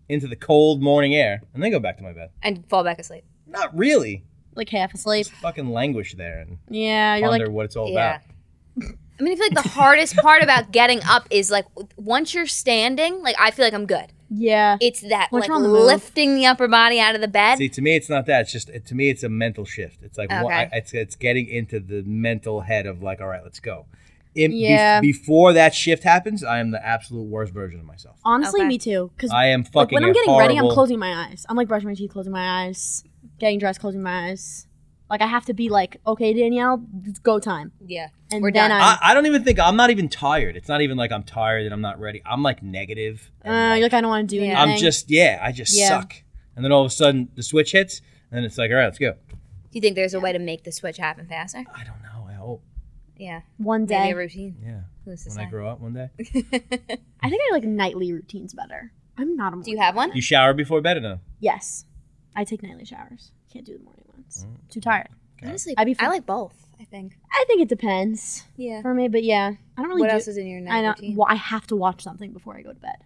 B: into the cold morning air, and then go back to my bed.
C: and fall back asleep.
B: Not really.
A: like half asleep.
B: Fucking languish there and
A: Yeah. Oh, You're
B: ponder
A: like,
B: what it's all
C: yeah.
B: about.
C: I mean, I feel like the hardest part about getting up is like w- once you're standing, like I feel like I'm good.
A: yeah.
C: It's that
A: Once
C: like
A: you're on the move.
C: lifting the upper body out of the bed.
B: See, to me, it's not that. It's just to me, it's a mental shift. It's like one, I,
C: Okay.
B: it's it's getting into the mental head of like, all right, let's go. In, bef-
A: Yeah.
B: before that shift happens, I am the absolute worst version of myself.
A: Honestly,
C: Okay.
A: me too. Because
B: I am
A: like,
B: fucking.
A: when I'm
B: a
A: getting ready, I'm
B: horrible-
A: closing my eyes. I'm like brushing my teeth, closing my eyes, getting dressed, closing my eyes. Like I have to be like, okay, Danielle, it's go time.
C: yeah.
A: And
C: We're
A: then
C: done.
B: I, I don't even think I'm not even tired. It's not even like I'm tired and I'm not ready. I'm like negative. and,
A: Uh,
B: like,
A: you're like, I don't want to do
C: Yeah.
A: anything.
B: I'm just yeah. I just
A: Yeah.
B: suck. And then all of a sudden, the switch hits, and it's like, all right, let's go.
C: Do you think there's a way to make the switch happen faster?
B: I don't know. I hope.
C: Yeah.
A: one
C: Maybe
A: day.
C: a routine.
B: Yeah.
C: Who's to
B: When I
C: say?
B: grow up one day,
A: I think I like nightly routines better. I'm not a morning.
C: Do you have one?
B: you shower before bed or no?
A: Yes, I take nightly showers. Can't do the morning ones.
B: Mm.
A: Too tired.
C: Honestly,
A: I'd be
C: I
A: fine.
C: like both. I think.
A: I think it depends
C: Yeah.
A: for me, but yeah, I don't really.
C: What
A: do-
C: else is in your night
A: I know.
C: routine?
A: Well, I have to watch something before I go to bed.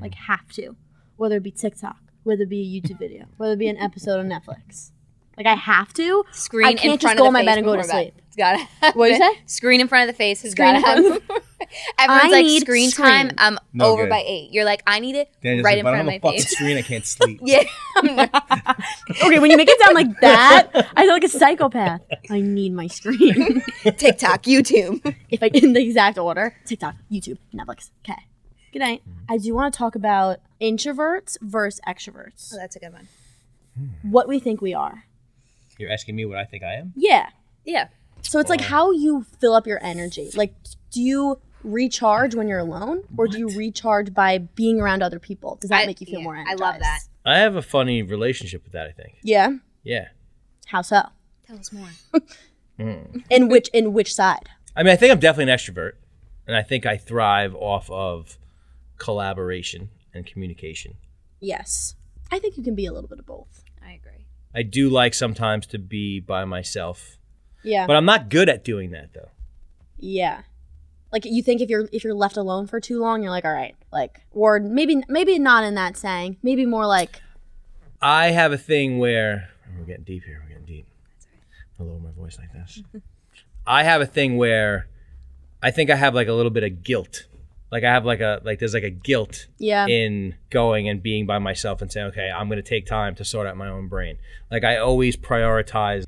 A: Like have to, whether it be TikTok, whether it be a YouTube video, whether it be an episode on Netflix. Like I have to.
C: Screen
A: I can't
C: in front
A: just
C: of
A: go
C: the
A: in my
C: face
A: bed and go to
C: before
A: sleep.
C: It's gotta. happen.
A: What'd you say?
C: Screen in front of the face has
A: Screen
C: gotta
A: in
C: happen.
A: front
C: Everyone's
A: I
C: like
A: need
C: screen,
A: screen.
C: time. I'm
B: No
C: over
B: good.
C: by eight. You're like, I need it
B: Daniel's
C: right
B: like,
C: in
B: "But I'm
C: front of
B: on
C: my
B: the fucking
C: face.
B: screen. I can't sleep.
C: Yeah. I'm not.
A: Okay, when you make it sound like that, I feel like a psychopath. I need my screen.
C: TikTok, YouTube.
A: if I in the exact order TikTok, YouTube, Netflix. Okay. Good night. I do want to talk about introverts versus extroverts.
C: Oh, that's a good one.
A: What we think we are.
B: You're asking me what I think I am.
A: Yeah.
C: Yeah.
A: So it's like how you fill up your energy. Like, do you recharge when you're alone or do you recharge by being around other people? Does that
C: I-
A: make you feel
C: yeah,
A: more
C: I
A: energized?
C: love that.
B: I have a funny relationship with that. I think.
A: Yeah.
B: Yeah.
A: How so?
C: Tell us more.
A: In which in which side?
B: I mean, I think I'm definitely an extrovert, and I think I thrive off of collaboration and communication.
A: Yes. I think you can be a little bit of both.
C: I agree.
B: I do like sometimes to be by myself,
A: Yeah.
B: but I'm not good at doing that though.
A: Yeah. Like you think if you're if you're left alone for too long, you're like, all right, like or maybe maybe not in that saying, maybe more like
B: I have a thing where we're getting deep here. We're getting deep. I lower my voice like this. I have a thing where I think I have like a little bit of guilt. Like I have like a like there's like a guilt
A: yeah,
B: in going and being by myself and saying, okay, I'm going to take time to sort out my own brain. Like I always prioritize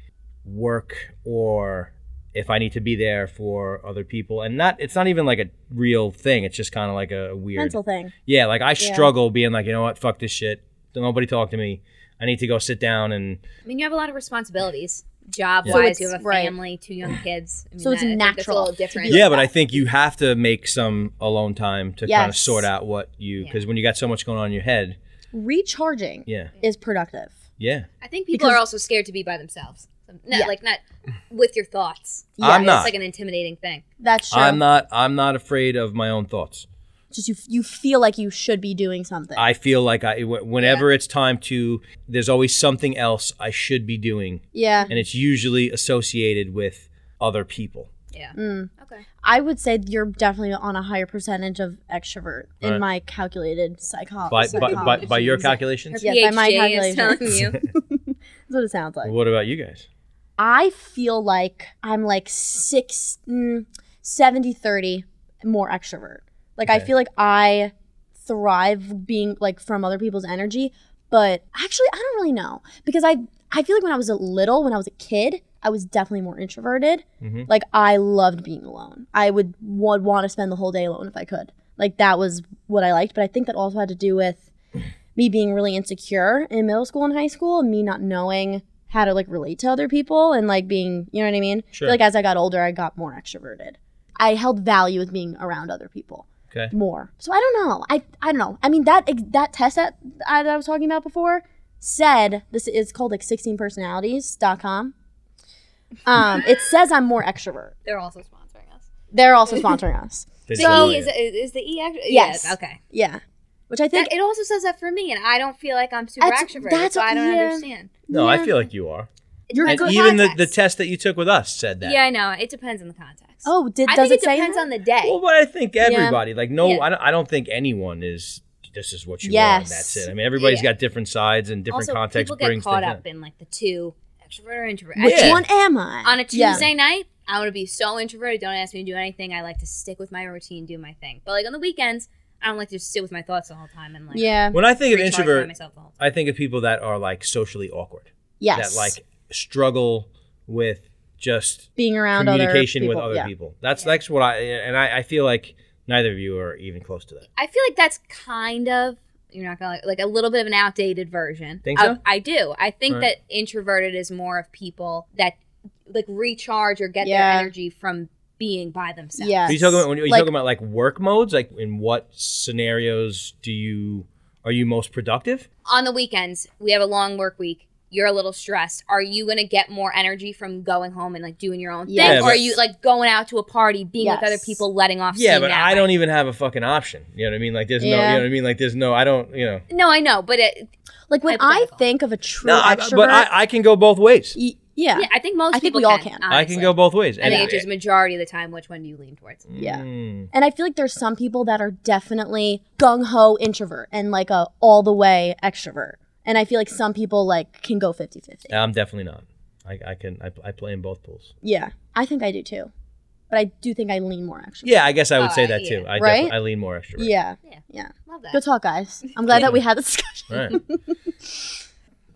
B: work or if I need to be there for other people, and not it's not even like a real thing. It's just kind of like a weird
A: mental thing.
B: yeah, like I struggle being like, you know what, fuck this shit. Don't nobody talk to me. I need to go sit down and
C: I mean, you have a lot of responsibilities, job
A: So
C: wise.
A: it's-
C: you have a
A: right.
C: family, two young kids. I mean,
A: So it's
C: that- I think That's a
A: natural
C: little
A: to be
C: different.
A: like
B: yeah, but I think you have to make some alone time to kind of
A: Yes.
B: sort out what you because when you got so much going on in your head,
A: Recharging
B: yeah,
A: is productive.
B: yeah,
C: I think people
A: Because-
C: are also scared to be by themselves. Some, no,
A: Yeah.
C: like not with your thoughts.
A: Yeah,
B: I'm
C: It's
B: not.
C: like an intimidating thing.
A: That's true.
B: I'm not. I'm not afraid of my own thoughts.
A: Just you, you feel like you should be doing something.
B: I feel like I, wh- whenever it's time to, there's always something else I should be doing,
A: yeah.
B: and it's usually associated with other people.
C: Yeah.
A: Mm.
C: Okay.
A: I would say you're definitely on a higher percentage of extrovert in
B: Right.
A: my calculated psycho-
B: By, by,
A: psychology.
B: by, by your calculations,
A: Yeah, by my
C: PhD is telling
A: calculations.
C: you.
A: That's what it sounds like.
B: what about you guys?
A: I feel like I'm like six, mm, 70, 30 more extrovert. Like I
B: Okay.
A: feel like I thrive being like from other people's energy, but actually I don't really know because I I feel like when I was a little, when I was a kid, I was definitely more introverted.
B: Mhm.
A: Like I loved being alone. I would would want to spend the whole day alone if I could. Like that was what I liked, but I think that also had to do with me being really insecure in middle school and high school and me not knowing how to like relate to other people and like being you know what i mean I feel
B: Sure.
A: like as i got older i got more extroverted i held value with being around other people
B: Okay.
A: more so i don't know i i don't know i mean that ex- that test that i, that I was talking about before said this is called like 16personalities.com um it says i'm more extrovert
C: They're also sponsoring us.
A: they're also sponsoring us
B: Did
C: The
B: you know
C: E is,
B: yet?
C: is the E actually?
A: Yes.
C: okay.
A: yeah which i think
C: That- it also says that for me, and I don't feel like I'm super
A: That's-
C: extroverted,
A: that's
C: so I don't
A: what- yeah.
C: understand.
B: no,
A: yeah.
B: I feel like you are.
C: It
A: You're
B: And
C: depends on
B: even the, the
C: context.
B: test that you took with us said that.
C: Yeah, I know. It depends on the context.
A: oh did
C: I
A: does
C: think it,
A: say
C: depends
A: that?
C: on the day.
B: Well, but I think everybody, like, no,
C: Yeah.
B: I, don't, I don't think anyone is. This is what you are.
A: Yes.
B: and That's it. I mean, everybody's
C: Yeah.
B: got different sides and different
C: also,
B: contexts.
C: people get
B: brings
C: caught
B: things
C: up in like the two extrovert or introvert.
B: Which
C: I-
A: which
B: Yeah.
A: one am i
C: On a
A: Yeah.
C: Tuesday night, I want to be so introverted. Don't ask me to do anything. I like to stick with my routine, do my thing. But like on the weekends, I don't like to just sit with my thoughts the whole time and like
A: yeah
B: in. When I think of
C: recharge by
B: introvert,
C: myself the whole time.
B: I think of people that are like socially awkward,
A: yes
B: that like struggle with just
A: being around
B: communication
A: other
B: with
A: people.
B: other
A: yeah.
B: people. That's that's what I and I, I feel like neither of you are even close to that.
C: I feel like that's kind of you're not gonna like, like a little bit of an outdated version.
B: Think
C: of-
B: so?
C: I, do. I think
B: Right.
C: that introverted is more of people that like recharge or get
A: Yeah.
C: their energy from being by themselves.
A: Yeah.
B: Are you talking about when you- are you
A: Like-
B: talking about like work modes? Like in what scenarios do you are you most productive?
C: On the weekends, we have a long work week. You're a little stressed. Are you gonna get more energy from going home and like doing your own thing,
A: Yeah,
C: or are
B: but-
C: you like going out to a party, being with other
A: Yes.
C: people, letting off?
B: Yeah,
C: steam
B: but
C: that
B: I
C: way?
B: don't even have a fucking option. You know what I mean? Like there's no, you
A: Yeah.
B: know what I mean? Like there's no, I don't, you know.
C: No, I know, but it,
A: Like when I
C: Hypothetical.
A: think of a true
B: No, I,
A: extrovert,
B: but I, I can go both ways.
A: y- yeah,
C: yeah, I think most
A: I think
C: people
A: we all
C: can.
A: can.
B: I
C: honestly.
B: can go both ways.
C: I think it's just majority of the time which one do you lean towards.
A: Yeah.
B: Mm.
A: and I feel like there's some people that are definitely gung ho introvert and like a all the way extrovert, and I feel like some people like can go 50-50. Yeah.
B: mm, I'm definitely not. I, I can I, I play in both pools.
A: I think I do too, but I do think I lean more extrovert.
B: Yeah, I guess I would
C: Oh,
B: say that
C: yeah.
B: too. I
A: Right?
B: defi- I lean more extrovert.
A: yeah,
C: Love that.
A: good talk, guys. I'm glad that we had this discussion.
B: Right.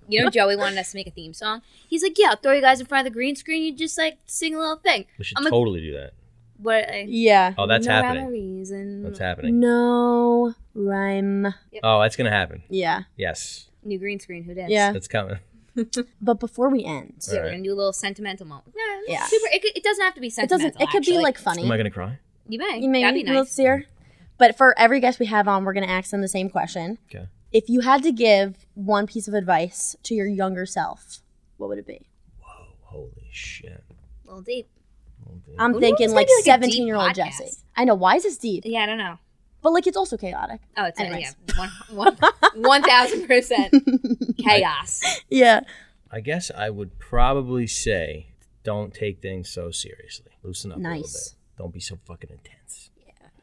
C: You know, Joey wanted us to make a theme song. He's like, "Yeah, I'll throw you guys in front of the green screen. You just like sing a little thing."
B: We should
C: I'm a-
B: totally do that.
C: What? I,
A: Yeah,
B: Oh, that's
C: no rhyme or
B: happening.
C: reason.
B: That's happening.
A: no rhyme.
B: Oh, that's gonna happen.
A: Yeah,
B: Yes,
C: New green screen. Who did?
A: yeah.
B: it's coming.
A: But before we end,
C: So we're
B: Alright.
C: gonna do a little sentimental moment. Yeah.
A: Yeah.
C: Super. It, could- it doesn't have to be
A: it
C: sentimental.
A: doesn't. It could be
C: actually.
A: like funny.
B: Am I gonna cry?
C: You may.
A: You maybe
C: That'd be
A: we'll
C: nice.
A: see her. But for every guest we have on, we're going to ask them the same question.
B: Okay.
A: If you had to give one piece of advice to your younger self, what would it be?
B: Whoa! Holy shit!
C: A little deep.
B: Oh, dude.
A: I'm
C: Ooh,
A: thinking
C: it's
A: like
C: gonna be like a deep
A: 17 year old
C: podcast.
A: Jesse. I know. Why is this deep?
C: Yeah, I don't know.
A: But like it's also chaotic.
C: Oh, it's
A: Anyways.
C: yeah, one one one thousand percent chaos.
A: Yeah.
B: I guess I would probably say, don't take things so seriously. Loosen up a little
A: Nice.
B: bit. Don't be so fucking intense.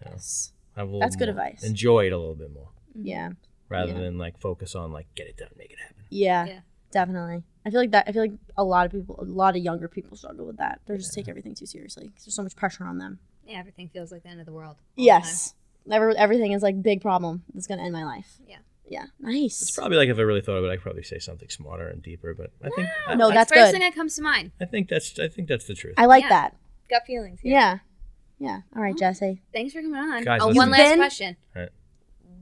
A: Yes.
B: Have a little
A: That's good
B: more-
A: advice.
B: Enjoy it a little bit more,
A: Yeah.
B: rather
A: Yeah.
B: than like focus on like get it done, make it happen.
A: Yeah.
C: Yeah.
A: Definitely. I feel like that. I feel like a lot of people, a lot of younger people struggle with that. They just take everything too seriously 'cause there's so much pressure on them.
C: Yeah, everything feels like the end of the world. all the
A: Yes. Every, everything is like big problem that's going to end my life.
C: Yeah.
A: Yeah. Nice.
B: It's probably like if I really thought of it, I'd probably say something smarter and deeper. But I think I,
C: time.
A: No,
C: It's
A: that's
C: the first
A: good.
C: thing that comes to mind.
B: I think that's I think that's the truth.
A: I like
C: Yeah.
A: that.
C: Gut feelings. here.
A: Yeah. Yeah. All right, Jesse.
C: Thanks for coming on.
B: Guys,
C: oh,
B: listen.
C: one
A: You've
C: last
A: been-
C: question.
B: Right.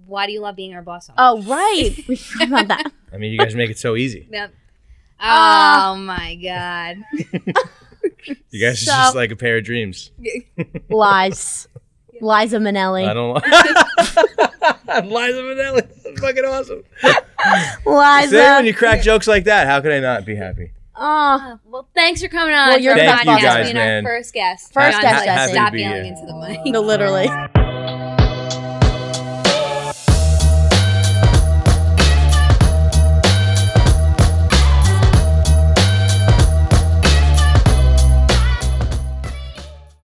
C: Why do you love being our boss? So much?
A: Oh, right. We forgot about that.
B: I mean, you guys make it so easy.
C: Yep.
A: Ah.
C: Oh my god.
B: You guys
A: So-
B: are just like a pair of dreams.
A: Lies. Liza
B: I
A: Minnelli.
B: don't like Liza Minnelli. That's fucking awesome. See, when
A: Liza.
B: you crack jokes like that, how can I not be happy?
A: Oh, Oh,
C: Oh, well, thanks for coming on.
A: Well, you're
C: to our
A: the best. Thank you
C: podcast,
B: guys,
C: being
B: man.
C: our first guest.
A: First
C: John
A: guest,
C: said,
A: Happy to
C: Stop
B: be
C: yelling
B: here.
C: into the mic.
A: no, literally.